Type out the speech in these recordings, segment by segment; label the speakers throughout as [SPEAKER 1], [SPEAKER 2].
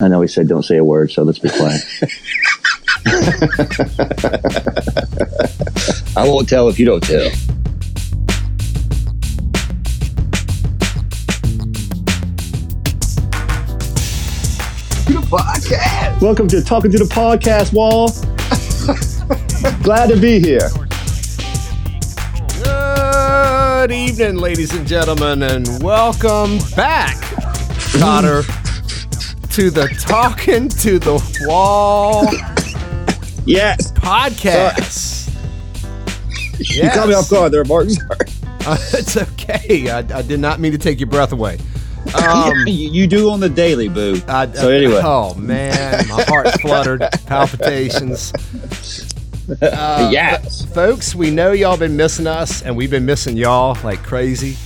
[SPEAKER 1] I know he said don't say a word, so let's be quiet.
[SPEAKER 2] I won't tell if you don't tell.
[SPEAKER 1] Welcome to Talking to the Podcast Wall. Glad to be here.
[SPEAKER 3] Good evening, ladies and gentlemen, and welcome back, Cotter, to the Talking to the Wall
[SPEAKER 2] Yes.
[SPEAKER 3] podcast.
[SPEAKER 2] You caught me off
[SPEAKER 3] Yes.
[SPEAKER 2] guard there, Mark. Sorry.
[SPEAKER 3] it's okay. I, I did not mean to take your breath away. Um,
[SPEAKER 2] you, you do on the daily, boo.
[SPEAKER 3] I,
[SPEAKER 2] so anyway,
[SPEAKER 3] oh man, my heart's fluttered, palpitations. uh,
[SPEAKER 2] yes.
[SPEAKER 3] Folks, we know y'all been missing us, and we've been missing y'all like crazy.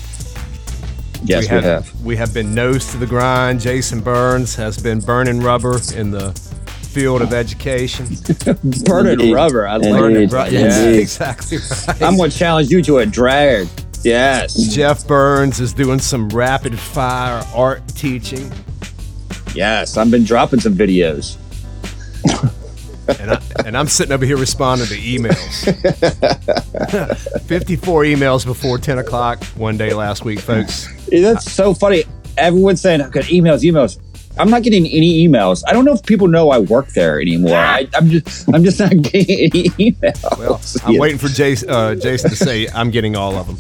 [SPEAKER 2] yes, we have.
[SPEAKER 3] we have been nose to the grind. Jason Burns has been burning rubber in the field of education.
[SPEAKER 2] Burning
[SPEAKER 1] Indeed.
[SPEAKER 2] rubber. I
[SPEAKER 1] Indeed.
[SPEAKER 2] like
[SPEAKER 3] burning
[SPEAKER 2] it.
[SPEAKER 3] rubber.
[SPEAKER 1] indeed.
[SPEAKER 3] Yeah, exactly right.
[SPEAKER 2] I'm going to challenge you to a drag. Yes.
[SPEAKER 3] Jeff Burns is doing some rapid fire art teaching,
[SPEAKER 2] Yes. I've been dropping some videos.
[SPEAKER 3] and, I, and I'm sitting over here responding to emails. 54 emails before 10 o'clock one day last week, folks.
[SPEAKER 2] Yeah, That's so funny. Everyone's saying, I've got emails, emails. I'm not getting any emails. I don't know if people know I work there anymore.
[SPEAKER 3] Ah!
[SPEAKER 2] I, I'm just, I'm just not getting any emails.
[SPEAKER 3] Well, I'm
[SPEAKER 2] Yeah.
[SPEAKER 3] waiting for Jason, uh, Jason to say I'm getting all of them.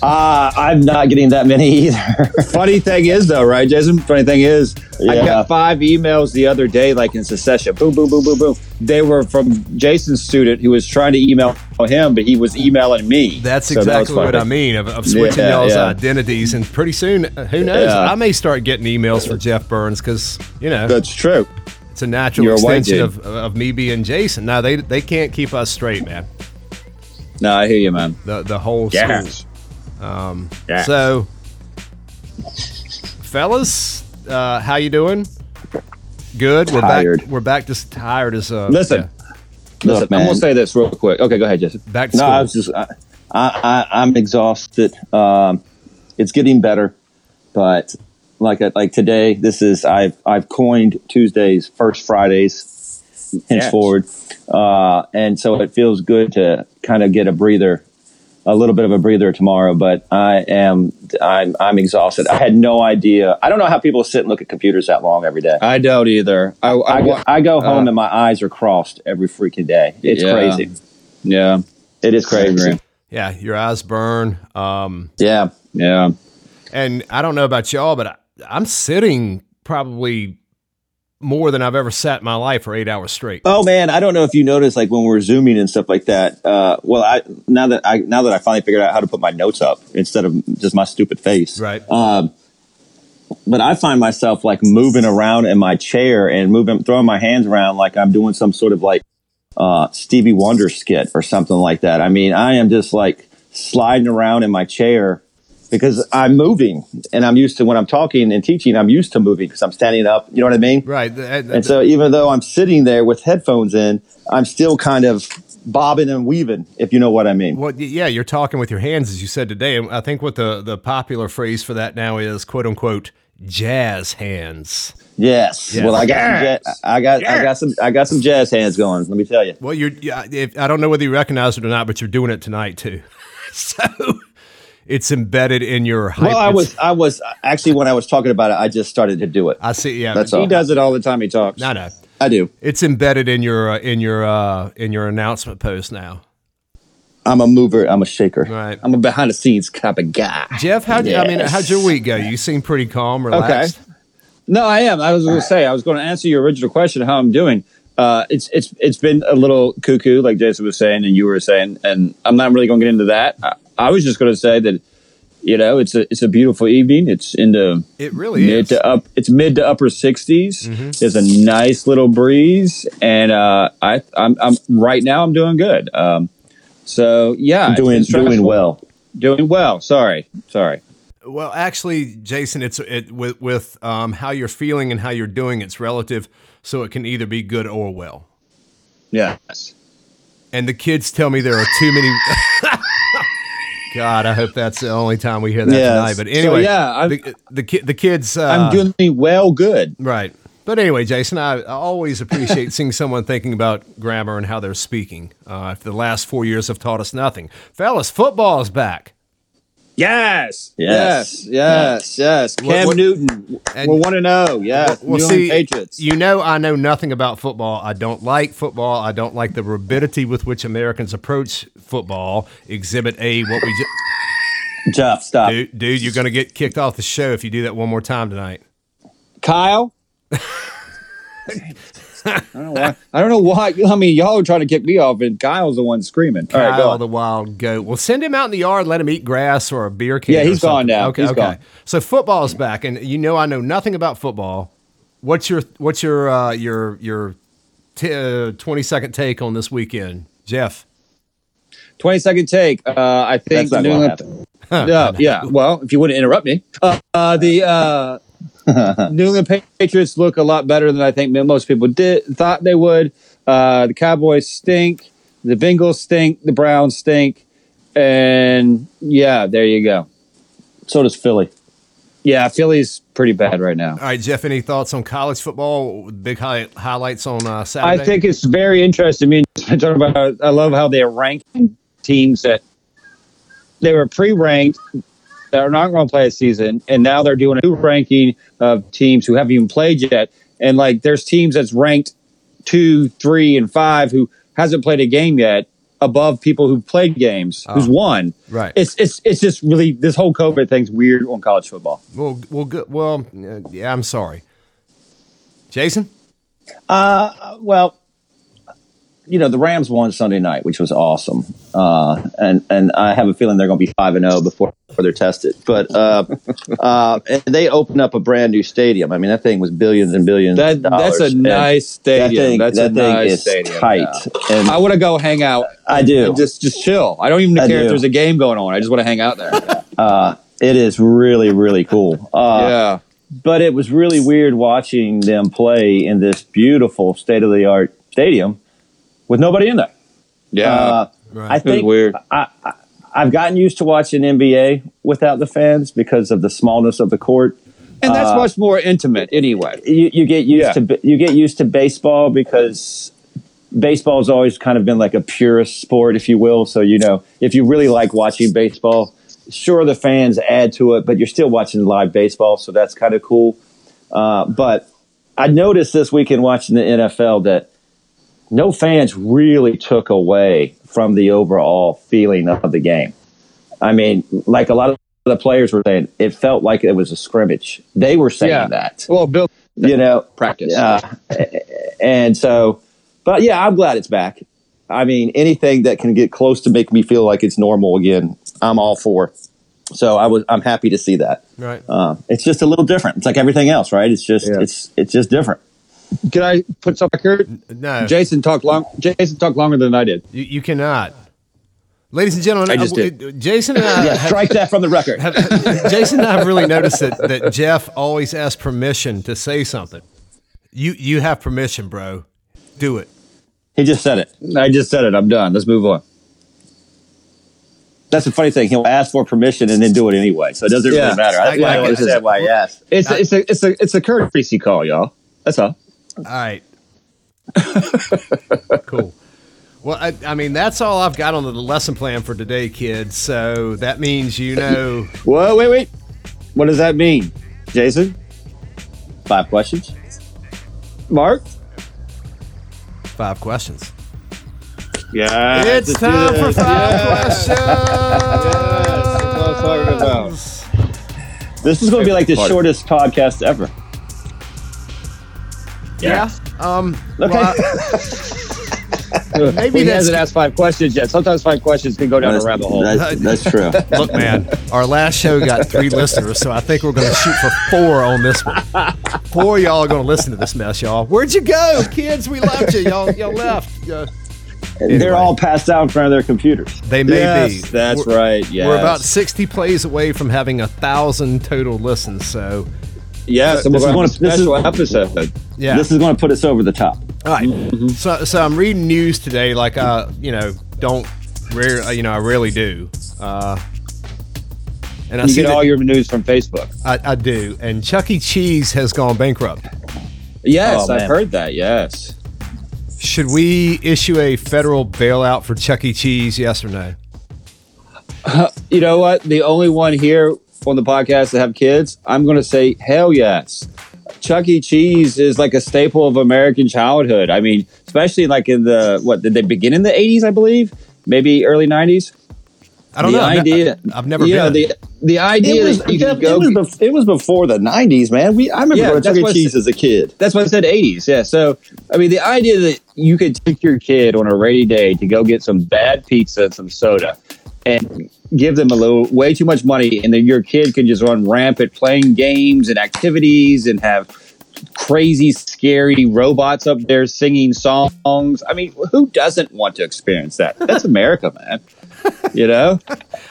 [SPEAKER 1] Uh, I'm not getting that many either.
[SPEAKER 2] Funny thing is, though, right, Jason? Funny thing is, I
[SPEAKER 1] Yeah.
[SPEAKER 2] got five emails the other day, like in succession. Boom, boom, boom, boom, boom. They were from Jason's student who was trying to email him, but he was emailing me.
[SPEAKER 3] That's
[SPEAKER 2] So that was
[SPEAKER 3] exactly what
[SPEAKER 2] funny.
[SPEAKER 3] I mean of, of switching
[SPEAKER 2] Yeah,
[SPEAKER 3] y'all's
[SPEAKER 2] yeah.
[SPEAKER 3] identities, and pretty soon, uh, who knows?
[SPEAKER 2] Yeah.
[SPEAKER 3] I may start getting emails for Jeff Burns because you know
[SPEAKER 2] That's true.
[SPEAKER 3] it's a natural
[SPEAKER 2] you're a white
[SPEAKER 3] extension
[SPEAKER 2] dude.
[SPEAKER 3] of, of me being Jason. Now they they can't keep us straight, man.
[SPEAKER 2] No, I hear you, man.
[SPEAKER 3] The the whole
[SPEAKER 2] Yes.
[SPEAKER 3] school. Um,
[SPEAKER 2] Yes.
[SPEAKER 3] So, fellas, uh, how you doing? Good. We're
[SPEAKER 1] Tired.
[SPEAKER 3] back. We're back. Just tired as uh,
[SPEAKER 2] Listen, listen,
[SPEAKER 1] Look,
[SPEAKER 2] I'm
[SPEAKER 1] man.
[SPEAKER 2] going to say this real quick. Okay, go ahead, Jason.
[SPEAKER 3] yeah, back to
[SPEAKER 1] No,
[SPEAKER 3] school.
[SPEAKER 1] I was just, I, I, I, I'm exhausted. Um, it's getting better, but like, I- like today, this is I've, I've coined Tuesdays first Fridays henceforward, uh, and so it feels good to kind of get a breather, a little bit of a breather tomorrow. But I am, I'm, I'm exhausted. I had no idea. I don't know how people sit and look at computers that long every day.
[SPEAKER 2] I don't either. I, I,
[SPEAKER 1] I go, I go home
[SPEAKER 2] uh,
[SPEAKER 1] and my eyes are crossed every freaking day. It's
[SPEAKER 2] Yeah.
[SPEAKER 1] crazy.
[SPEAKER 2] yeah,
[SPEAKER 1] It is crazy.
[SPEAKER 3] yeah, your eyes burn. Um,
[SPEAKER 2] yeah, yeah.
[SPEAKER 3] And I don't know about y'all, but I, I'm sitting probably more than I've ever sat in my life for eight hours straight.
[SPEAKER 1] Oh man, I don't know if you noticed, like when we're zooming and stuff like that. Uh, well, I now that I now that I finally figured out how to put my notes up instead of just my stupid face.
[SPEAKER 3] Right.
[SPEAKER 1] Um, but I find myself like moving around in my chair and moving, throwing my hands around like I'm doing some sort of like uh, Stevie Wonder skit or something like that. I mean, I am just like sliding around in my chair because I'm moving and I'm used to when I'm talking and teaching, I'm used to moving because I'm standing up. You know what I mean?
[SPEAKER 3] Right. th- th-
[SPEAKER 1] And so even though I'm sitting there with headphones in, I'm still kind of bobbing and weaving, if you know what I mean.
[SPEAKER 3] well, y- yeah, you're talking with your hands, as you said today. And I think what the, the popular phrase for that now is quote unquote jazz hands.
[SPEAKER 1] Yes.
[SPEAKER 3] Yes.
[SPEAKER 1] Well, I got some ja- I got I got some I got some jazz hands going. Let me tell you.
[SPEAKER 3] Well, you're, yeah, if, I don't know whether you recognize it or not, but you're doing it tonight too. so it's embedded in your hype.
[SPEAKER 1] Well, I
[SPEAKER 3] it's-
[SPEAKER 1] was I was actually when I was talking about it, I just started to do it.
[SPEAKER 3] I see. Yeah.
[SPEAKER 1] That's
[SPEAKER 3] I
[SPEAKER 1] all.
[SPEAKER 2] He does it all the time he talks.
[SPEAKER 3] No, no.
[SPEAKER 1] I do.
[SPEAKER 3] It's embedded in your, uh, in your, uh, in your announcement post now.
[SPEAKER 1] I'm a mover. I'm a shaker.
[SPEAKER 3] Right.
[SPEAKER 2] I'm a behind the scenes kind of guy.
[SPEAKER 3] Jeff, how would I mean,
[SPEAKER 1] Yes.
[SPEAKER 3] how'd your week go? You seem pretty calm, relaxed.
[SPEAKER 2] No, I am. I was going to say I was going to answer your original question how I'm doing. Uh, it's it's it's been a little cuckoo, like Jason was saying, and you were saying, and I'm not really going to get into that. I, I was just going to say that you know it's a it's a beautiful evening. It's in the
[SPEAKER 3] It really
[SPEAKER 2] mid
[SPEAKER 3] is. Mm-hmm.
[SPEAKER 2] to up. It's mid to upper 60s. There's a nice little breeze, and uh, I I'm, I'm right now I'm doing good. Um, so yeah, it's
[SPEAKER 1] Doing
[SPEAKER 2] been stressful.
[SPEAKER 1] doing well.
[SPEAKER 2] doing well. Sorry, sorry.
[SPEAKER 3] Well, actually, Jason, it's it, with with um, how you're feeling and how you're doing. It's relative, so it can either be good or well.
[SPEAKER 2] Yes.
[SPEAKER 3] And the kids tell me there are too many. God, I hope that's the only time we hear that
[SPEAKER 2] Yes.
[SPEAKER 3] tonight. But anyway,
[SPEAKER 2] So, yeah, I'm-
[SPEAKER 3] the, the ki- the kids. Uh,
[SPEAKER 2] I'm doing well. Good.
[SPEAKER 3] right. But anyway, Jason, I, I always appreciate seeing someone thinking about grammar and how they're speaking. Uh, if the last four years have taught us nothing, fellas, football is back.
[SPEAKER 2] Yes.
[SPEAKER 1] Yes.
[SPEAKER 2] Yes. Yes. Yes. Cam
[SPEAKER 3] what-
[SPEAKER 2] Newton.
[SPEAKER 3] and-
[SPEAKER 2] We're one and zero. Yes.
[SPEAKER 3] Well,
[SPEAKER 2] New England
[SPEAKER 3] see,
[SPEAKER 2] Patriots.
[SPEAKER 3] you know, I know nothing about football. I don't like football. I don't like the rapidity with which Americans approach football. Exhibit A, what we just.
[SPEAKER 1] Jeff, stop.
[SPEAKER 3] Dude, dude, you're going to get kicked off the show if you do that one more time tonight.
[SPEAKER 2] Kyle. I don't know why. I don't know why. I mean, y'all are trying to kick me off, and Kyle's the one screaming. All right, go
[SPEAKER 3] Kyle
[SPEAKER 2] on.
[SPEAKER 3] the wild goat. Well, send him out in the yard, let him eat grass or a beer can.
[SPEAKER 2] Yeah,
[SPEAKER 3] he's
[SPEAKER 2] he's gone now.
[SPEAKER 3] Okay,
[SPEAKER 2] He's
[SPEAKER 3] okay.
[SPEAKER 2] gone.
[SPEAKER 3] So football's back, and you know I know nothing about football. What's your what's your uh, your your t- uh, twenty second take on this weekend, Jeff?
[SPEAKER 2] 20 second take. Uh, I think
[SPEAKER 1] That's not
[SPEAKER 2] New
[SPEAKER 1] going to
[SPEAKER 2] England.
[SPEAKER 1] happen.
[SPEAKER 2] Yeah, yeah. Well, if you wouldn't interrupt me, uh, uh, the uh, New England Pa- Patriots look a lot better than I think most people did thought they would. Uh, the Cowboys stink. The Bengals stink. The Browns stink. And yeah, there you go.
[SPEAKER 1] So does Philly.
[SPEAKER 2] Yeah, Philly's pretty bad right now.
[SPEAKER 3] All right, Jeff. Any thoughts on college football? Big high- highlights on uh, Saturday.
[SPEAKER 2] I think it's very interesting. I mean, I talk about. I love how they're ranking teams that they were pre-ranked that are not going to play a season, and now they're doing a new ranking of teams who haven't even played yet. And like, there's teams that's ranked two, three, and five who hasn't played a game yet above people who've played games, who's
[SPEAKER 3] Oh.
[SPEAKER 2] won.
[SPEAKER 3] right.
[SPEAKER 2] It's it's it's just really this whole COVID thing's weird on college football.
[SPEAKER 3] well, well, good. Well, uh, yeah. I'm sorry, Jason.
[SPEAKER 1] Uh, well, you know the Rams won Sunday night, which was awesome, uh, and and I have a feeling they're going to be five and zero before before they're tested. But uh, uh, and they opened up a brand new stadium. I mean, that thing was billions and billions.
[SPEAKER 2] That
[SPEAKER 1] of dollars.
[SPEAKER 2] that's a
[SPEAKER 1] And
[SPEAKER 2] nice
[SPEAKER 1] That
[SPEAKER 2] stadium.
[SPEAKER 1] thing,
[SPEAKER 2] that's
[SPEAKER 1] that
[SPEAKER 2] a
[SPEAKER 1] thing
[SPEAKER 2] nice
[SPEAKER 1] is
[SPEAKER 2] stadium.
[SPEAKER 1] tight,
[SPEAKER 2] yeah.
[SPEAKER 1] and
[SPEAKER 2] I
[SPEAKER 1] I,
[SPEAKER 2] want to go hang out.
[SPEAKER 1] do.
[SPEAKER 2] And just just chill. I don't even
[SPEAKER 1] I
[SPEAKER 2] care
[SPEAKER 1] do. Uh,
[SPEAKER 2] if there's a game going on. I just want to hang out there.
[SPEAKER 1] it is really really cool. Uh,
[SPEAKER 2] yeah.
[SPEAKER 1] but it was really weird watching them play in this beautiful state of the art stadium with nobody in there.
[SPEAKER 2] Yeah.
[SPEAKER 1] Uh,
[SPEAKER 3] Right.
[SPEAKER 1] I
[SPEAKER 2] it was
[SPEAKER 1] think
[SPEAKER 2] weird.
[SPEAKER 1] I've gotten used to watching NBA without the fans because of the smallness of the court.
[SPEAKER 2] and that's
[SPEAKER 1] uh,
[SPEAKER 2] much more intimate anyway.
[SPEAKER 1] You, you get used
[SPEAKER 2] Yeah.
[SPEAKER 1] to to you get used to baseball because baseball's always kind of been like a purist sport, if you will. So you know, if you really like watching baseball, sure the fans add to it, but you're still watching live baseball, so that's kind of cool. Uh, but I noticed this weekend watching the NFL that no fans really took away from the overall feeling of the game. I mean, like a lot of the players were saying, it felt like it was a scrimmage. They were saying
[SPEAKER 2] Yeah.
[SPEAKER 1] that,
[SPEAKER 2] Well, Bill
[SPEAKER 1] you know,
[SPEAKER 2] practice.
[SPEAKER 1] uh, and so, but yeah, I'm glad it's back. I mean, anything that can get close to make me feel like it's normal again, I'm all for. So I was, I'm happy to see that.
[SPEAKER 3] Right.
[SPEAKER 1] Uh, it's just a little different. It's like everything else, right? It's just,
[SPEAKER 2] Yeah.
[SPEAKER 1] it's, it's just different.
[SPEAKER 2] Can I put some record?
[SPEAKER 3] no,
[SPEAKER 2] Jason talked long. Jason talked longer than I did.
[SPEAKER 3] You, you cannot. Ladies and gentlemen,
[SPEAKER 2] I just
[SPEAKER 3] uh,
[SPEAKER 2] did.
[SPEAKER 3] uh, Jason and I,
[SPEAKER 1] Yeah, strike that from the record.
[SPEAKER 3] have, Jason and I have really noticed that, that Jeff always asks permission to say something. You you have permission, bro. Do it.
[SPEAKER 1] He just said it.
[SPEAKER 2] I just said it. I'm done. Let's move on.
[SPEAKER 1] That's the funny thing. He'll ask for permission and then do it anyway. So it doesn't
[SPEAKER 2] Yeah.
[SPEAKER 1] really matter. That's
[SPEAKER 3] I-
[SPEAKER 1] why
[SPEAKER 3] I
[SPEAKER 1] I
[SPEAKER 3] guess
[SPEAKER 1] understand why he asked.
[SPEAKER 2] It's a, it's a it's a it's a courtesy call, y'all. That's all.
[SPEAKER 3] All right. cool. Well, I, I mean, that's all I've got on the lesson plan for today, kids. So that means you know.
[SPEAKER 2] Whoa, wait, wait. What does that mean, Jason?
[SPEAKER 1] Five questions.
[SPEAKER 2] Mark?
[SPEAKER 3] Five questions.
[SPEAKER 2] Yeah.
[SPEAKER 3] It's time for five
[SPEAKER 2] That's what I'm talking about.
[SPEAKER 3] questions.
[SPEAKER 1] This is going to be like the
[SPEAKER 2] Part.
[SPEAKER 1] shortest podcast ever.
[SPEAKER 3] Yeah. Um.
[SPEAKER 1] Okay.
[SPEAKER 3] well, I- Maybe
[SPEAKER 2] he
[SPEAKER 3] that's-
[SPEAKER 2] hasn't asked five questions yet. Sometimes five questions can go down a rabbit hole.
[SPEAKER 1] That's, that's true.
[SPEAKER 3] Look, man, our last show got three listeners, so I think we're going to shoot for four on this one. Four of y'all are going to listen to this mess, y'all. Where'd you go, kids? We loved you. Y'all, y'all left. Uh, Anyway.
[SPEAKER 1] They're all passed out in front of their computers.
[SPEAKER 3] they may
[SPEAKER 2] Yes,
[SPEAKER 3] be.
[SPEAKER 2] that's
[SPEAKER 3] we're,
[SPEAKER 2] right. Yes.
[SPEAKER 3] We're about 60 plays away from having a thousand total listens, so
[SPEAKER 2] Yes, and
[SPEAKER 1] This
[SPEAKER 2] we're
[SPEAKER 1] is
[SPEAKER 2] going
[SPEAKER 1] one
[SPEAKER 2] to
[SPEAKER 1] of- this is-
[SPEAKER 2] special episode.
[SPEAKER 3] yeah.
[SPEAKER 1] This is going to put us over the top.
[SPEAKER 3] All right.
[SPEAKER 2] Mm-hmm.
[SPEAKER 3] So, so I'm reading news today, like I, you know, don't rare, uh, you know, I rarely do. Uh, and I
[SPEAKER 2] You
[SPEAKER 3] see
[SPEAKER 2] get
[SPEAKER 3] that-
[SPEAKER 1] Oh,
[SPEAKER 2] all your news from Facebook.
[SPEAKER 3] I, I do. And Chuck E. Cheese has gone bankrupt.
[SPEAKER 2] Yes,
[SPEAKER 1] Oh,
[SPEAKER 2] I've
[SPEAKER 1] man.
[SPEAKER 2] heard that. Yes.
[SPEAKER 3] Should we issue a federal bailout for Chuck E. Cheese? Yes or no?
[SPEAKER 2] You know what? The only one here on the podcast that have kids, I'm going to say hell yes. Chuck E. Cheese is like a staple of American childhood. I mean, especially like in the what did they begin in the 80s? I believe maybe early 90s.
[SPEAKER 3] I don't
[SPEAKER 2] the
[SPEAKER 3] know. I've ne-
[SPEAKER 2] idea.
[SPEAKER 3] I've never
[SPEAKER 2] you know,
[SPEAKER 3] been.
[SPEAKER 2] the the idea
[SPEAKER 1] It was,
[SPEAKER 2] that you
[SPEAKER 1] Jeff,
[SPEAKER 2] could
[SPEAKER 1] it,
[SPEAKER 2] go.
[SPEAKER 1] was bef- it was before the 90s, man. We I remember
[SPEAKER 2] Yeah,
[SPEAKER 1] going to
[SPEAKER 2] that's
[SPEAKER 1] Chuck
[SPEAKER 2] what I
[SPEAKER 1] E. Cheese
[SPEAKER 2] said.
[SPEAKER 1] as a kid.
[SPEAKER 2] that's why I said 80s. Yeah. So, I mean, the idea that you could take your kid on a rainy day to go get some bad pizza and some soda and give them a little, way too much money, and then your kid can just run rampant playing games and activities and have crazy, scary robots up there singing songs. I mean, who doesn't want to experience that? That's America, man. You know?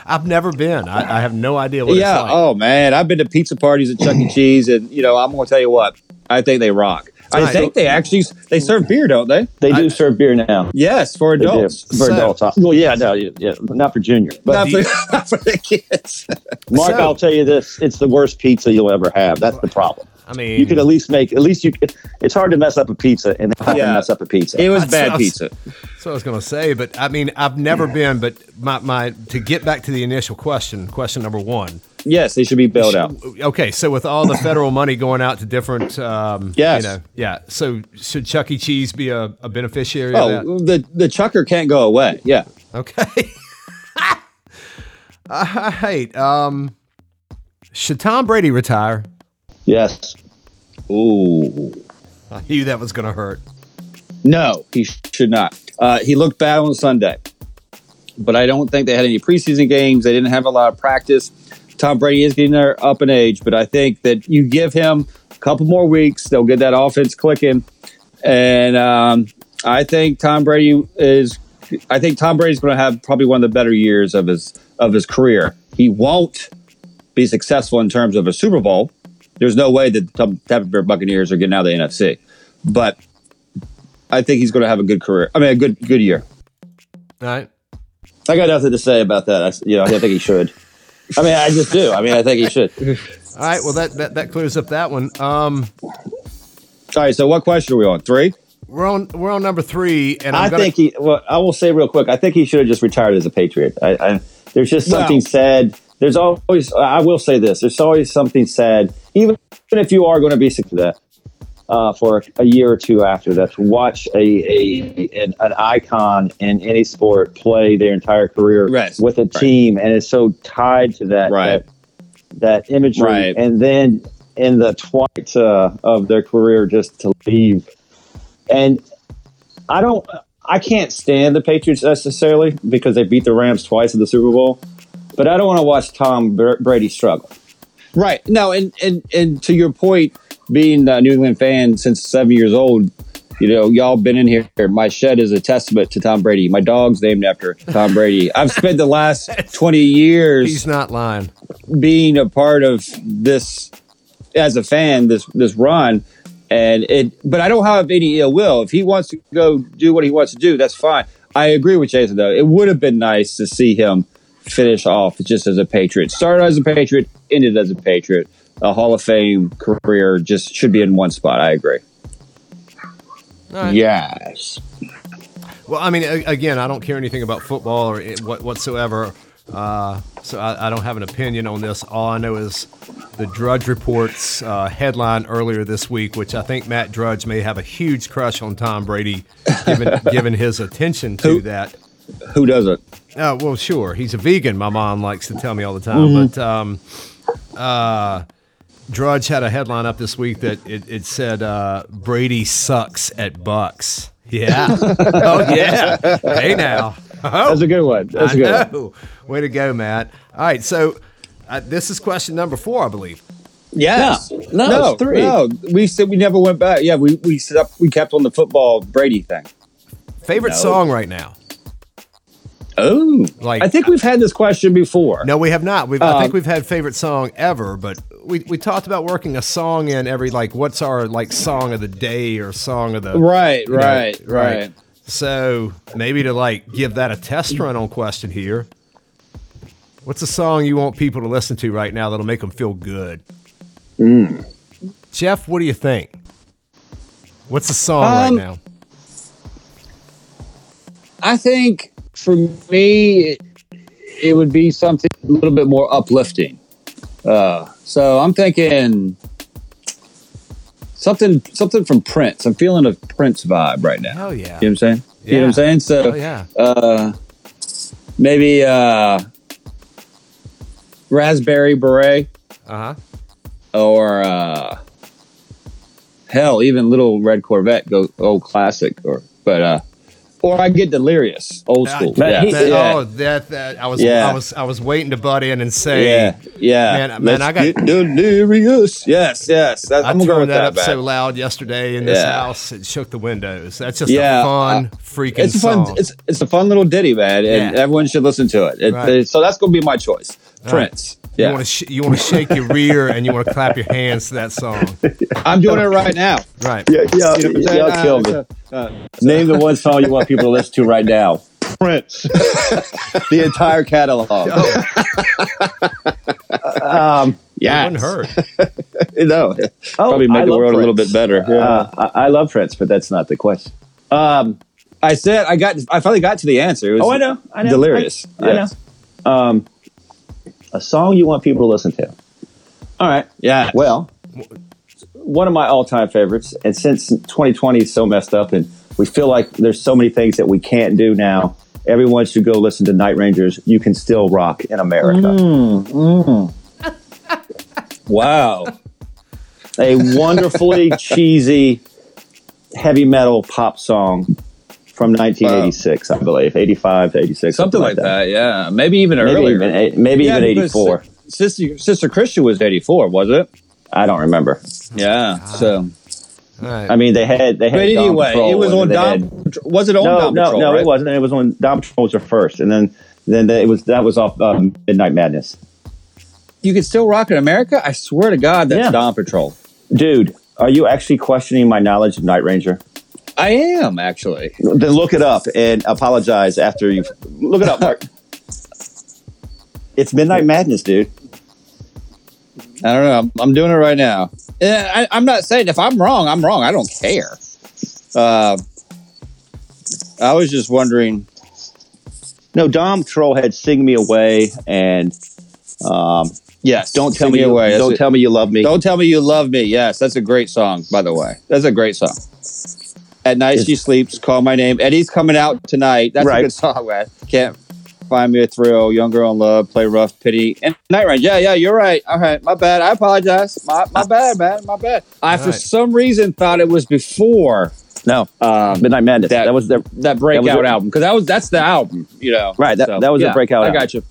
[SPEAKER 3] I've never been. I, I have no idea what
[SPEAKER 2] yeah.
[SPEAKER 3] it's like.
[SPEAKER 2] Oh man, I've been to pizza parties at Chuck E. Cheese, and you know, I'm gonna tell you what, I think they rock. I
[SPEAKER 3] Right.
[SPEAKER 2] think they actually they serve beer, don't they?
[SPEAKER 1] They do
[SPEAKER 3] I-
[SPEAKER 1] serve beer now.
[SPEAKER 2] Yes, for
[SPEAKER 1] They do.
[SPEAKER 2] adults.
[SPEAKER 1] For
[SPEAKER 3] So-
[SPEAKER 1] adults. Uh, Well, yeah, no, yeah, yeah, not for junior. But
[SPEAKER 2] Not
[SPEAKER 3] Do
[SPEAKER 2] for,
[SPEAKER 3] you-
[SPEAKER 2] not for the kids.
[SPEAKER 1] Mark,
[SPEAKER 3] So-
[SPEAKER 1] I'll tell you this: it's the worst pizza you'll ever have. That's the problem.
[SPEAKER 2] uh,
[SPEAKER 3] I mean,
[SPEAKER 1] You could at least make at least you. could- It's hard to mess up a pizza, and then
[SPEAKER 2] Yeah.
[SPEAKER 1] yeah. mess up a pizza.
[SPEAKER 2] It was
[SPEAKER 3] That
[SPEAKER 2] bad
[SPEAKER 3] sounds-
[SPEAKER 2] pizza.
[SPEAKER 3] That's what I was going to say, but I mean, I've never been. But my, my to get back to the initial question, question number one.
[SPEAKER 2] Yes, they should be bailed out.
[SPEAKER 3] Okay, so with all the federal money going out to different, um,
[SPEAKER 2] Yes.
[SPEAKER 3] you know, yeah. So should Chuck E. Cheese be a, a beneficiary of
[SPEAKER 2] Oh, the the chucker can't go away. Yeah.
[SPEAKER 3] that? Okay. all right. Um, should Tom Brady retire?
[SPEAKER 1] Yes.
[SPEAKER 2] Ooh.
[SPEAKER 3] I knew that was going to hurt.
[SPEAKER 2] No, he sh- should not. Uh, he looked bad on Sunday, but I don't think they had any preseason games. They didn't have a lot of practice. Tom Brady is getting there up in age, but I think that you give him a couple more weeks, they'll get that offense clicking, and um, I think Tom Brady is. I think Tom Brady's going to have probably one of the better years of his of his career. He won't be successful in terms of a Super Bowl. There's no way that the Tampa Bay Buccaneers are getting out of the NFC, but I think he's going to have a good career. I mean, a good good year.
[SPEAKER 3] All right.
[SPEAKER 1] I got nothing to say about that. I, s- you know, I think he should. I mean, I just do. I mean, I think he should.
[SPEAKER 3] All right. Well, that that, that clears up that one. Um,
[SPEAKER 2] All right. So, what question are we on? Three.
[SPEAKER 3] we're on we're on number three, and I'm
[SPEAKER 1] I
[SPEAKER 3] gonna,
[SPEAKER 1] think he. Well, I will say real quick. I think he should have just retired as a Patriot. I, I, there's just
[SPEAKER 2] Well-
[SPEAKER 1] something sad. There's always. I will say this. There's always something sad, even if you are going to be sick to that uh, for a year or two after that. To watch a, a an, an icon in any sport play their entire career
[SPEAKER 2] Right.
[SPEAKER 1] with a team, and it's so tied to that
[SPEAKER 2] Right.
[SPEAKER 1] that, that imagery,
[SPEAKER 2] Right.
[SPEAKER 1] and then in the twilight uh, of their career, just to leave. And I don't. I can't stand the Patriots necessarily because they beat the Rams twice in the Super Bowl, but I don't want to watch Tom Br- Brady struggle.
[SPEAKER 2] Right. No, and and and to your point, being a New England fan since seven years old, you know, y'all been in here. My shed is a testament to Tom Brady. My dog's named after Tom Brady. I've spent the last twenty
[SPEAKER 3] he's
[SPEAKER 2] years
[SPEAKER 3] not lying.
[SPEAKER 2] being a part of this as a fan, this this run. And it, but I don't have any ill will. If he wants to go do what he wants to do, that's fine. I agree with Jason though. It would have been nice to see him finish off just as a Patriot. Started as a Patriot, ended as a Patriot. A Hall of Fame career just should be in one spot. I agree.
[SPEAKER 3] All right.
[SPEAKER 2] Yes.
[SPEAKER 3] Well, I mean, a- again, I don't care anything about football or it- what whatsoever, uh, so I, I don't have an opinion on this. All I know is the Drudge Report's uh, headline earlier this week, which I think Matt Drudge may have a huge crush on Tom Brady, given given his attention to
[SPEAKER 2] Who?
[SPEAKER 3] that.
[SPEAKER 2] Who doesn't?
[SPEAKER 3] Uh, well, sure, he's a vegan. My mom likes to tell me all the time,
[SPEAKER 2] Mm-hmm.
[SPEAKER 3] but. Um, uh, Drudge had a headline up this week that it, it said uh, Brady sucks at Bucks. Yeah. oh yeah. Hey now. Oh,
[SPEAKER 2] That's a good one. That's
[SPEAKER 3] I
[SPEAKER 2] a good one.
[SPEAKER 3] know. Way to go, Matt. All right, so uh, this is question number four, I believe.
[SPEAKER 2] Yes.
[SPEAKER 1] No. No, it's three.
[SPEAKER 2] No. We said we never went back. Yeah, we we set up, we kept on the football Brady thing.
[SPEAKER 3] Favorite
[SPEAKER 2] No.
[SPEAKER 3] song right now?
[SPEAKER 2] Oh,
[SPEAKER 3] Like-
[SPEAKER 2] I think we've had this question before.
[SPEAKER 3] No, we have not. We've, I
[SPEAKER 2] Um,
[SPEAKER 3] think we've had favorite song ever, but we, we talked about working a song in every like what's our like song of the day or song of the
[SPEAKER 2] Right,
[SPEAKER 3] you know,
[SPEAKER 2] right, right.
[SPEAKER 3] So maybe to like give that a test run on question here. What's a song you want people to listen to right
[SPEAKER 2] Hmm.
[SPEAKER 3] now that'll make them feel good? Jeff, what do you think? What's the song
[SPEAKER 2] Um,
[SPEAKER 3] right now?
[SPEAKER 2] I think for me, it, it would be something a little bit more uplifting. Uh, so I'm thinking something something from Prince. I'm feeling a Prince vibe right now.
[SPEAKER 3] Hell yeah.
[SPEAKER 2] You know what I'm saying? You know what I'm saying? So
[SPEAKER 3] Hell yeah.
[SPEAKER 2] uh, maybe uh, Raspberry Beret
[SPEAKER 3] Uh huh.
[SPEAKER 2] or uh, hell, even Little Red Corvette, go old classic, or but uh, or I get delirious, old school.
[SPEAKER 1] But
[SPEAKER 2] yeah.
[SPEAKER 1] he-
[SPEAKER 3] That,
[SPEAKER 2] yeah.
[SPEAKER 3] Oh, that that I was
[SPEAKER 2] Yeah.
[SPEAKER 3] I was I was waiting to butt in and say
[SPEAKER 2] yeah, yeah.
[SPEAKER 3] Man, man, I got-
[SPEAKER 2] get delirious. Yes, yes. That,
[SPEAKER 3] I
[SPEAKER 2] I'm gonna go
[SPEAKER 3] turned
[SPEAKER 2] with
[SPEAKER 3] that
[SPEAKER 2] that.
[SPEAKER 3] up
[SPEAKER 2] back.
[SPEAKER 3] so loud yesterday in this
[SPEAKER 2] Yeah.
[SPEAKER 3] house it shook the windows. That's just
[SPEAKER 2] Yeah,
[SPEAKER 3] a fun
[SPEAKER 2] uh,
[SPEAKER 3] freaking
[SPEAKER 2] it's a fun.
[SPEAKER 3] song.
[SPEAKER 2] It's it's a fun little ditty, man, and
[SPEAKER 3] Yeah.
[SPEAKER 2] everyone should listen to it. It-
[SPEAKER 3] Right.
[SPEAKER 2] it- so that's gonna be my choice, Prince.
[SPEAKER 3] You
[SPEAKER 2] Yeah,
[SPEAKER 3] want to sh- you want to shake your rear and you want to clap your hands to that song.
[SPEAKER 2] I'm doing it right now.
[SPEAKER 3] Right.
[SPEAKER 1] Yeah, yeah,
[SPEAKER 2] You know what I'm
[SPEAKER 1] y'all
[SPEAKER 2] saying?
[SPEAKER 1] kill
[SPEAKER 2] Uh,
[SPEAKER 1] me.
[SPEAKER 2] so, uh,
[SPEAKER 1] Name the one song you want people to listen to right now. Prince. the entire catalog.
[SPEAKER 3] Oh.
[SPEAKER 1] um,
[SPEAKER 3] It
[SPEAKER 2] yeah,
[SPEAKER 3] wouldn't hurt.
[SPEAKER 2] no,
[SPEAKER 1] oh,
[SPEAKER 2] probably make
[SPEAKER 1] I
[SPEAKER 2] the
[SPEAKER 1] love
[SPEAKER 2] world a little
[SPEAKER 1] Prince.
[SPEAKER 2] bit better.
[SPEAKER 1] Uh, I, I love Prince, but that's not the question. Um,
[SPEAKER 2] I said I got. I finally got to the answer. It was
[SPEAKER 1] oh, I know. I know.
[SPEAKER 2] Delirious.
[SPEAKER 1] I, I know.
[SPEAKER 2] Yes.
[SPEAKER 1] Um, a song you want people to listen to. All right.
[SPEAKER 2] Yeah.
[SPEAKER 1] Well, one of my all-time favorites, and since 2020 is so messed up, and we feel like there's so many things that we can't do now. Everyone should go listen to Night Rangers. You can still rock in America.
[SPEAKER 2] Wow.
[SPEAKER 1] A wonderfully cheesy heavy metal pop song from 1986, I believe, 85 to 86,
[SPEAKER 2] Something like that. Yeah. Maybe even
[SPEAKER 1] Maybe
[SPEAKER 2] earlier.
[SPEAKER 1] even eight- maybe
[SPEAKER 2] Yeah,
[SPEAKER 1] even
[SPEAKER 2] because
[SPEAKER 1] 84.
[SPEAKER 2] Si- Sister Sister Christian was eighty four, was it?
[SPEAKER 1] I don't remember.
[SPEAKER 2] Yeah. So,
[SPEAKER 3] All right.
[SPEAKER 1] I mean, they had they had.
[SPEAKER 2] but
[SPEAKER 1] Ah. Dawn
[SPEAKER 2] anyway,
[SPEAKER 1] Patrol
[SPEAKER 2] it was
[SPEAKER 1] and
[SPEAKER 2] on
[SPEAKER 1] they
[SPEAKER 2] Dom.
[SPEAKER 1] had-
[SPEAKER 2] Patro- was it on
[SPEAKER 1] no,
[SPEAKER 2] Dom
[SPEAKER 1] no,
[SPEAKER 2] Patrol?
[SPEAKER 1] no,
[SPEAKER 2] right?
[SPEAKER 1] it wasn't. It was when Dom Patrol was their first, and then then they, it was that was off um, Midnight Madness,
[SPEAKER 2] You can still rock in America. I swear to God, that's
[SPEAKER 1] Yeah.
[SPEAKER 2] Dom Patrol.
[SPEAKER 1] dude. Are you actually questioning my knowledge of Night Ranger?
[SPEAKER 2] I am actually.
[SPEAKER 1] Then look it up and apologize after you look it up, Mark. it's Midnight Madness, dude.
[SPEAKER 2] I don't know. I'm, I'm doing it right now. Yeah, I, I'm not saying if I'm wrong, I'm wrong. I don't care. Uh, I was just wondering.
[SPEAKER 1] No, Dom Patrol had "Sing Me Away" and um,
[SPEAKER 2] Yes.
[SPEAKER 1] "Don't Tell
[SPEAKER 2] Sing
[SPEAKER 1] Me
[SPEAKER 2] Me
[SPEAKER 1] You,
[SPEAKER 2] Away. That's
[SPEAKER 1] Don't
[SPEAKER 2] it.
[SPEAKER 1] Tell Me You Love Me."
[SPEAKER 2] Don't tell me you love me. Yes, that's a great song, by the way. That's a great song. At night she sleeps. Call my name. Eddie's coming out tonight. That's
[SPEAKER 1] Right.
[SPEAKER 2] a good song. Man. Can't find me a thrill. Young girl in love. Play rough. Pity and night range. Yeah, yeah. You're right. All right. My bad. I apologize. My my bad, man. My bad. I for
[SPEAKER 3] All right.
[SPEAKER 2] some reason thought it was before
[SPEAKER 1] no,
[SPEAKER 2] um,
[SPEAKER 1] Midnight Madness.
[SPEAKER 2] that-
[SPEAKER 1] That, was their
[SPEAKER 2] that breakout
[SPEAKER 1] That was a-
[SPEAKER 2] album because that was that's the album. You know.
[SPEAKER 1] Right, that- that was a
[SPEAKER 2] yeah,
[SPEAKER 1] breakout
[SPEAKER 2] I
[SPEAKER 1] album.
[SPEAKER 2] got you.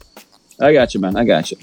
[SPEAKER 2] I got you, man. I got you.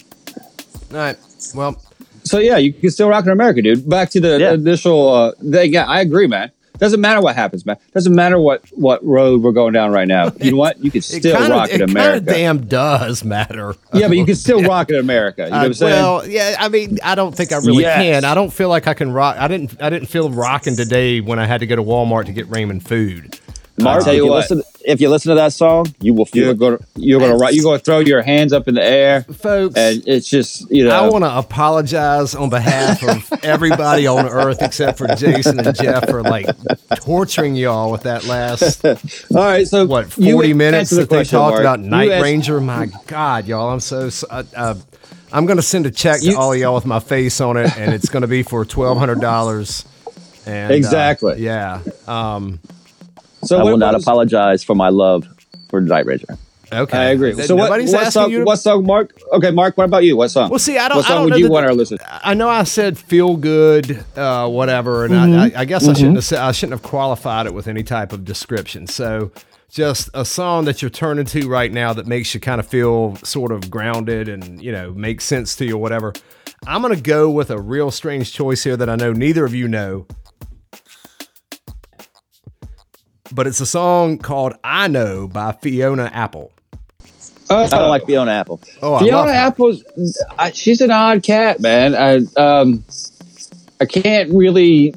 [SPEAKER 3] All right. Well,
[SPEAKER 2] So yeah, you can still rock in America, dude. Back to the
[SPEAKER 1] Yeah.
[SPEAKER 2] initial uh, thing. Yeah, I agree, man. Doesn't matter what happens, man. Doesn't matter what what road we're going down right now. You know what? You can
[SPEAKER 3] it
[SPEAKER 2] still
[SPEAKER 3] kinda,
[SPEAKER 2] rock in
[SPEAKER 3] it kinda
[SPEAKER 2] America.
[SPEAKER 3] damn does matter.
[SPEAKER 2] yeah, but you can still rock in America. You know
[SPEAKER 3] Uh,
[SPEAKER 2] what I'm saying?
[SPEAKER 3] Well, yeah, I mean, I don't think I really
[SPEAKER 2] Yes.
[SPEAKER 3] can. I don't feel like I can rock. I didn't. I didn't feel rocking today when I had to go to Walmart to get Raymond food.
[SPEAKER 1] Mark.
[SPEAKER 2] I'll tell
[SPEAKER 1] if
[SPEAKER 2] you
[SPEAKER 1] you
[SPEAKER 2] what.
[SPEAKER 1] listen, if you listen to that song, you will feel
[SPEAKER 2] you're
[SPEAKER 1] it.
[SPEAKER 2] gonna you're gonna rock. You're gonna throw your hands up in the air,
[SPEAKER 3] Folks,
[SPEAKER 2] and uh, it's just you
[SPEAKER 3] I
[SPEAKER 2] know.
[SPEAKER 3] want to apologize on behalf of everybody on earth except for Jason and Jeff for like torturing y'all with that last
[SPEAKER 2] All right, so
[SPEAKER 3] what
[SPEAKER 2] you
[SPEAKER 3] forty minutes
[SPEAKER 2] answer the
[SPEAKER 3] that they
[SPEAKER 2] question,
[SPEAKER 3] talked
[SPEAKER 2] Mark.
[SPEAKER 3] about
[SPEAKER 2] You
[SPEAKER 3] Night
[SPEAKER 2] asked-
[SPEAKER 3] Ranger. My God, y'all, I'm so. so- Uh, uh, I'm gonna send a check to
[SPEAKER 2] You-
[SPEAKER 3] all y'all with my face on it, and it's gonna be for twelve hundred dollars. And, uh,
[SPEAKER 2] Exactly.
[SPEAKER 3] yeah. Um,
[SPEAKER 2] So
[SPEAKER 1] I
[SPEAKER 2] what
[SPEAKER 1] will not
[SPEAKER 2] was-
[SPEAKER 1] apologize for my love for Night Ranger.
[SPEAKER 3] okay.
[SPEAKER 2] I agree.
[SPEAKER 3] Th-
[SPEAKER 2] So what,
[SPEAKER 3] nobody's
[SPEAKER 2] what
[SPEAKER 3] asking
[SPEAKER 2] song?
[SPEAKER 3] you to-
[SPEAKER 2] What song, Mark? Okay, Mark. What about you? What song?
[SPEAKER 3] Well, see, I don't-
[SPEAKER 2] What
[SPEAKER 3] I
[SPEAKER 2] song
[SPEAKER 3] don't
[SPEAKER 2] would
[SPEAKER 3] know
[SPEAKER 2] you
[SPEAKER 3] that
[SPEAKER 2] want
[SPEAKER 3] the-
[SPEAKER 2] our listeners?
[SPEAKER 3] I know I said feel good, uh, whatever, and I
[SPEAKER 2] Mm-hmm.
[SPEAKER 3] I, I guess I shouldn't have said, I shouldn't have qualified it with any type of description. So, just a song that you're turning to right now that makes you kind of feel sort of grounded and you know makes sense to you, or whatever. I'm gonna go with a real strange choice here that I know neither of you know, but it's a song called "I Know" by Fiona Apple.
[SPEAKER 2] Oh,
[SPEAKER 1] I don't like Fiona Apple.
[SPEAKER 3] Oh, I love
[SPEAKER 2] Fiona
[SPEAKER 3] her.
[SPEAKER 2] Apple's I, she's an odd cat, man. I um, I can't really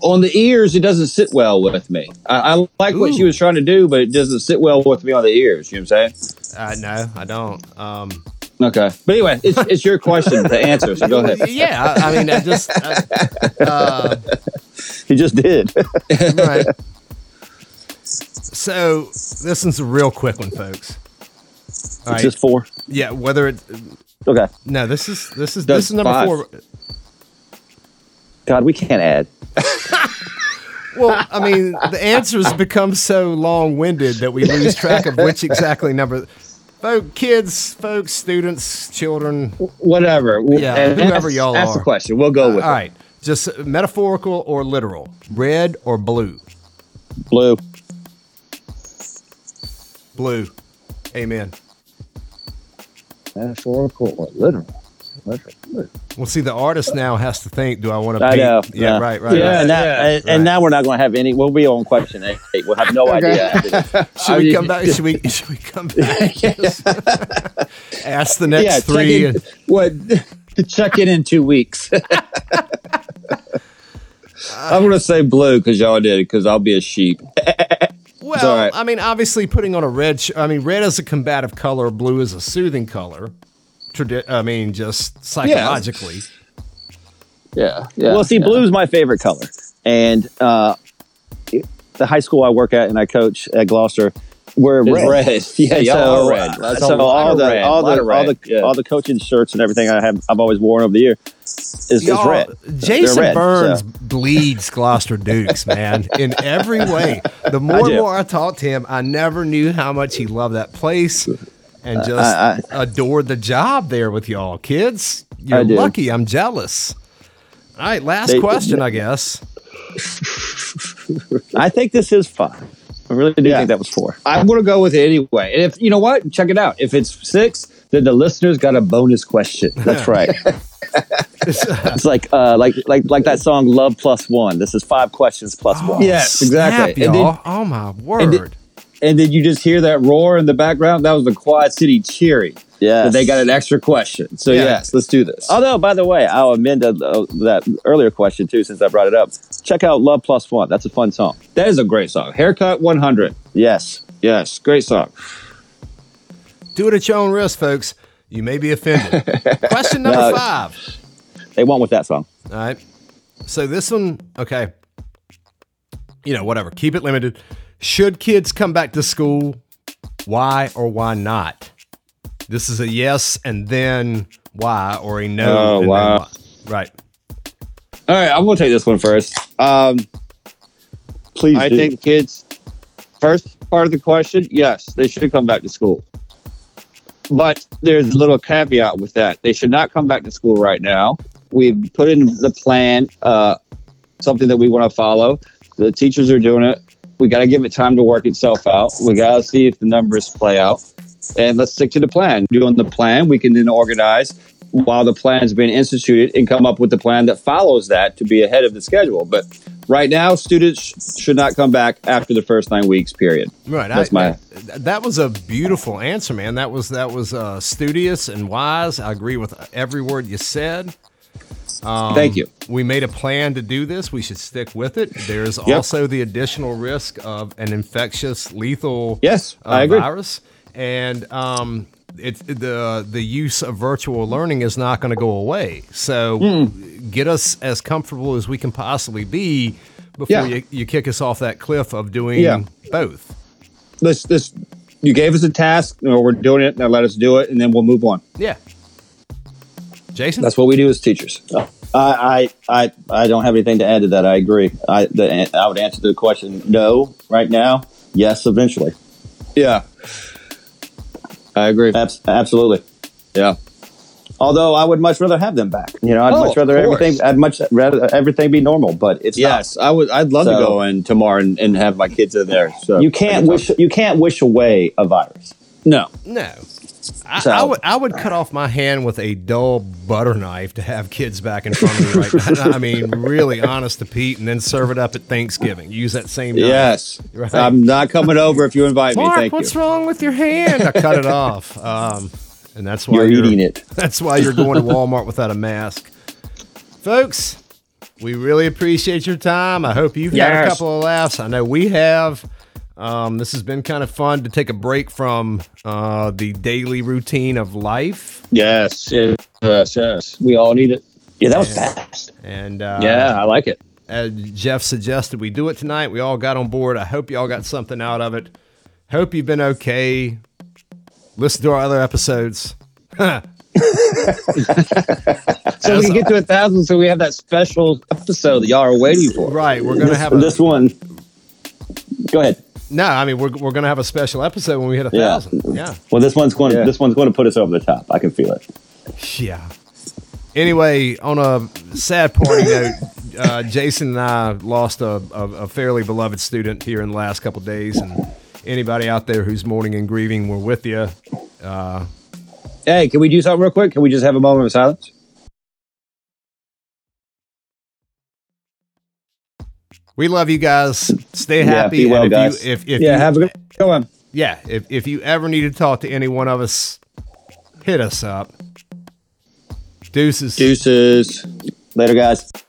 [SPEAKER 2] on the ears. It doesn't sit well with me. I, I like what she
[SPEAKER 3] Ooh.
[SPEAKER 2] was trying to do, but it doesn't sit well with me on the ears. You know what I'm saying?
[SPEAKER 3] Uh, no, I don't. Um,
[SPEAKER 2] Okay, but anyway, it's, it's your question to answer. So go ahead.
[SPEAKER 3] yeah, I, I mean, I just. I, uh,
[SPEAKER 1] He just did.
[SPEAKER 3] right. So this is a real quick one, folks. All right.
[SPEAKER 1] Just four.
[SPEAKER 3] yeah, whether it
[SPEAKER 1] Okay.
[SPEAKER 3] no, this is this is
[SPEAKER 2] That's
[SPEAKER 3] this is number
[SPEAKER 2] five.
[SPEAKER 3] four.
[SPEAKER 1] God, we can't add.
[SPEAKER 3] Well, I mean, the answers become so long-winded that we lose track of which exactly number. Folk, kids, folks, students, children. All
[SPEAKER 2] Whatever. W-
[SPEAKER 3] Yeah,
[SPEAKER 2] and
[SPEAKER 3] whoever
[SPEAKER 2] ask-
[SPEAKER 3] y'all
[SPEAKER 2] Ask
[SPEAKER 3] are.
[SPEAKER 2] the question. We'll go with it.
[SPEAKER 3] right, just metaphorical or literal. Red or blue.
[SPEAKER 1] Blue.
[SPEAKER 3] Blue. Amen.
[SPEAKER 1] Metaphorical or literal?
[SPEAKER 3] Well, see, the artist now has to think. Do I want to?
[SPEAKER 1] I know.
[SPEAKER 3] Yeah, Right. Right.
[SPEAKER 2] Yeah.
[SPEAKER 3] right.
[SPEAKER 1] And, now,
[SPEAKER 2] Yeah.
[SPEAKER 1] and, and now we're not going to have any. We'll be on question eight. We'll have no idea. after this.
[SPEAKER 3] Should we come back? Should we? Should we come back? Ask the next
[SPEAKER 2] yeah,
[SPEAKER 3] three.
[SPEAKER 2] Check in, what? check in in two weeks. I'm gonna say blue because y'all did because I'll be a sheep.
[SPEAKER 3] Well,
[SPEAKER 2] all right.
[SPEAKER 3] I mean, obviously, putting on a red. Sh- I mean, red is a combative color. Blue is a soothing color. Tradi- I mean, just psychologically.
[SPEAKER 2] Yeah, yeah.
[SPEAKER 1] well, see,
[SPEAKER 2] yeah.
[SPEAKER 1] blue is my favorite color, and uh, it- the high school I work at and I coach at Gloucester, we're
[SPEAKER 2] It's
[SPEAKER 1] red.
[SPEAKER 2] red. Yeah, y'all
[SPEAKER 1] so,
[SPEAKER 2] are red.
[SPEAKER 1] uh,
[SPEAKER 2] That's a
[SPEAKER 1] so
[SPEAKER 2] lot
[SPEAKER 1] all
[SPEAKER 2] of
[SPEAKER 1] the,
[SPEAKER 2] red,
[SPEAKER 1] all
[SPEAKER 2] lot
[SPEAKER 1] the
[SPEAKER 2] of
[SPEAKER 1] all
[SPEAKER 2] red,
[SPEAKER 1] the
[SPEAKER 2] yeah.
[SPEAKER 1] all the coaching shirts and everything I have I've always worn over the year is, is
[SPEAKER 3] Y'all,
[SPEAKER 1] red.
[SPEAKER 3] Jason
[SPEAKER 1] They're red,
[SPEAKER 3] Burns
[SPEAKER 1] so.
[SPEAKER 3] bleeds Gloucester Dukes, man, in every way. The more and
[SPEAKER 1] do.
[SPEAKER 3] more I talked to him, I never knew how much he loved that place and just
[SPEAKER 1] I-
[SPEAKER 3] adored the job there with y'all. Kids, you're
[SPEAKER 1] I do.
[SPEAKER 3] lucky. I'm jealous. All right, last
[SPEAKER 1] They-
[SPEAKER 3] question, I guess.
[SPEAKER 1] I think this is five. I really do
[SPEAKER 2] Yeah.
[SPEAKER 1] think that was four.
[SPEAKER 2] I'm gonna go with it anyway. And if you know what, check it out. If it's six, then the listeners got a bonus question.
[SPEAKER 1] That's right. it's like uh, like like like that song "Love Plus One." This is five questions plus
[SPEAKER 2] Oh.
[SPEAKER 1] one.
[SPEAKER 2] Yes, exactly.
[SPEAKER 3] Oh, Snap,
[SPEAKER 2] And then-
[SPEAKER 3] y'all. oh my word.
[SPEAKER 2] then- and then you just hear that roar in the background. That was the Quad City cheering.
[SPEAKER 1] Yes.
[SPEAKER 2] But they got an extra question. So
[SPEAKER 3] Yeah.
[SPEAKER 2] yes, let's do this.
[SPEAKER 1] Although, by the way, I'll amend uh, that earlier question too, since I brought it up. Check out "Love Plus One." That's a fun song.
[SPEAKER 2] That is a great song. Haircut 100.
[SPEAKER 1] Yes.
[SPEAKER 2] Yes, great song.
[SPEAKER 3] Do it at your own risk, folks. You may be offended. Question number
[SPEAKER 1] No.
[SPEAKER 3] five.
[SPEAKER 1] They won with that song.
[SPEAKER 3] All right. So this one, okay. You know, whatever. Keep it limited. Should kids come back to school? Why or why not? This is a yes and then why or a no.
[SPEAKER 2] Oh,
[SPEAKER 3] and then
[SPEAKER 2] wow.
[SPEAKER 3] why. Right.
[SPEAKER 2] All right, I'm gonna take this one first. Um,
[SPEAKER 1] Please
[SPEAKER 2] I
[SPEAKER 1] do.
[SPEAKER 2] think kids. First part of the question, yes, they should come back to school. But there's a little caveat with that. They should not come back to school right now. We've put in the plan, uh, something that we want to follow. The teachers are doing it. We got to give it time to work itself out. We got to see if the numbers play out. And let's stick to the plan. Doing the plan, we can then organize while the plan's being instituted and come up with the plan that follows that to be ahead of the schedule. But right now, students sh- should not come back after the first nine weeks. Period.
[SPEAKER 3] Right.
[SPEAKER 2] That's my-
[SPEAKER 3] that was a beautiful answer, man. That was that was uh, studious and wise. I agree with every word you said. Um,
[SPEAKER 2] Thank you.
[SPEAKER 3] We made a plan to do this. We should stick with it. There's also the additional risk of an infectious, lethal
[SPEAKER 2] Yes,
[SPEAKER 3] uh,
[SPEAKER 2] I agree.
[SPEAKER 3] virus, and um, it, the the use of virtual learning is not going to go away. So get us as comfortable as we can possibly be before
[SPEAKER 2] Yeah.
[SPEAKER 3] you, you kick us off that cliff of doing
[SPEAKER 2] Yeah.
[SPEAKER 3] both.
[SPEAKER 2] This, this, you gave us a task. You know, we're doing it. Now let us do it, and then we'll move on.
[SPEAKER 3] Yeah, Jason.
[SPEAKER 2] That's what we do as teachers.
[SPEAKER 1] Uh, I, I I I don't have anything to add to that. I agree. I the, I would answer the question no right now. Yes, eventually.
[SPEAKER 2] Yeah, I agree.
[SPEAKER 1] Abs- absolutely.
[SPEAKER 2] Yeah.
[SPEAKER 1] Although I would much rather have them back. You know, I'd
[SPEAKER 2] Oh,
[SPEAKER 1] much rather
[SPEAKER 2] of course.
[SPEAKER 1] everything. I'd much rather everything be normal, but it's not.
[SPEAKER 2] Yes, I would. I'd love to
[SPEAKER 1] So-
[SPEAKER 2] go in tomorrow and, and have my kids in there. So
[SPEAKER 1] You can't wish you can't wish away a virus.
[SPEAKER 2] No.
[SPEAKER 3] No. I,
[SPEAKER 1] So-
[SPEAKER 3] I would I would cut off my hand with a dull butter knife to have kids back in front of me right now. I mean, really honest to Pete, and then serve it up at Thanksgiving. Use that same knife.
[SPEAKER 2] Yes,
[SPEAKER 3] Right.
[SPEAKER 2] I'm not coming over if you invite me.
[SPEAKER 3] Mark,
[SPEAKER 2] Thank
[SPEAKER 3] what's
[SPEAKER 2] you.
[SPEAKER 3] wrong with your hand? I cut it off. Um, and that's why
[SPEAKER 1] You're eating it.
[SPEAKER 3] That's why you're going to Walmart without a mask. Folks, we really appreciate your time. I hope you've had a
[SPEAKER 2] Yes.
[SPEAKER 3] couple of laughs. I know we have. Um, this has been kind of fun to take a break from uh, the daily routine of life.
[SPEAKER 2] Yes, yes, yes. We all need it.
[SPEAKER 1] Yeah, that was fast.
[SPEAKER 3] And uh,
[SPEAKER 2] Yeah, I like it.
[SPEAKER 3] As Jeff suggested, we do it tonight. We all got on board. I hope y'all got something out of it. Hope you've been okay. Listen to our other episodes.
[SPEAKER 2] So we can get to a thousand. So we have that special episode that y'all are waiting for.
[SPEAKER 3] Right, we're gonna
[SPEAKER 1] this,
[SPEAKER 3] have a,
[SPEAKER 1] this one. Go ahead.
[SPEAKER 3] no. I mean, we're, we're gonna have a special episode when we hit a
[SPEAKER 1] Yeah.
[SPEAKER 3] thousand. Yeah.
[SPEAKER 1] Well, this one's going.
[SPEAKER 2] Yeah.
[SPEAKER 1] to This one's going to put us over the top. I can feel it.
[SPEAKER 3] Yeah. Anyway, on a sad party note, uh, Jason and I lost a, a, a fairly beloved student here in the last couple of days, and anybody out there who's mourning and grieving, we're with you.
[SPEAKER 2] Hey, can we do something real quick? Can we just have a moment of silence?
[SPEAKER 3] We love you guys. Stay happy.
[SPEAKER 1] be well,
[SPEAKER 3] and if
[SPEAKER 1] guys.
[SPEAKER 3] You, if, if
[SPEAKER 2] Yeah,
[SPEAKER 3] you,
[SPEAKER 2] have a good go on.
[SPEAKER 3] yeah, if, if you ever need to talk to any one of us, hit us up. Deuces.
[SPEAKER 2] Deuces.
[SPEAKER 1] Later, guys.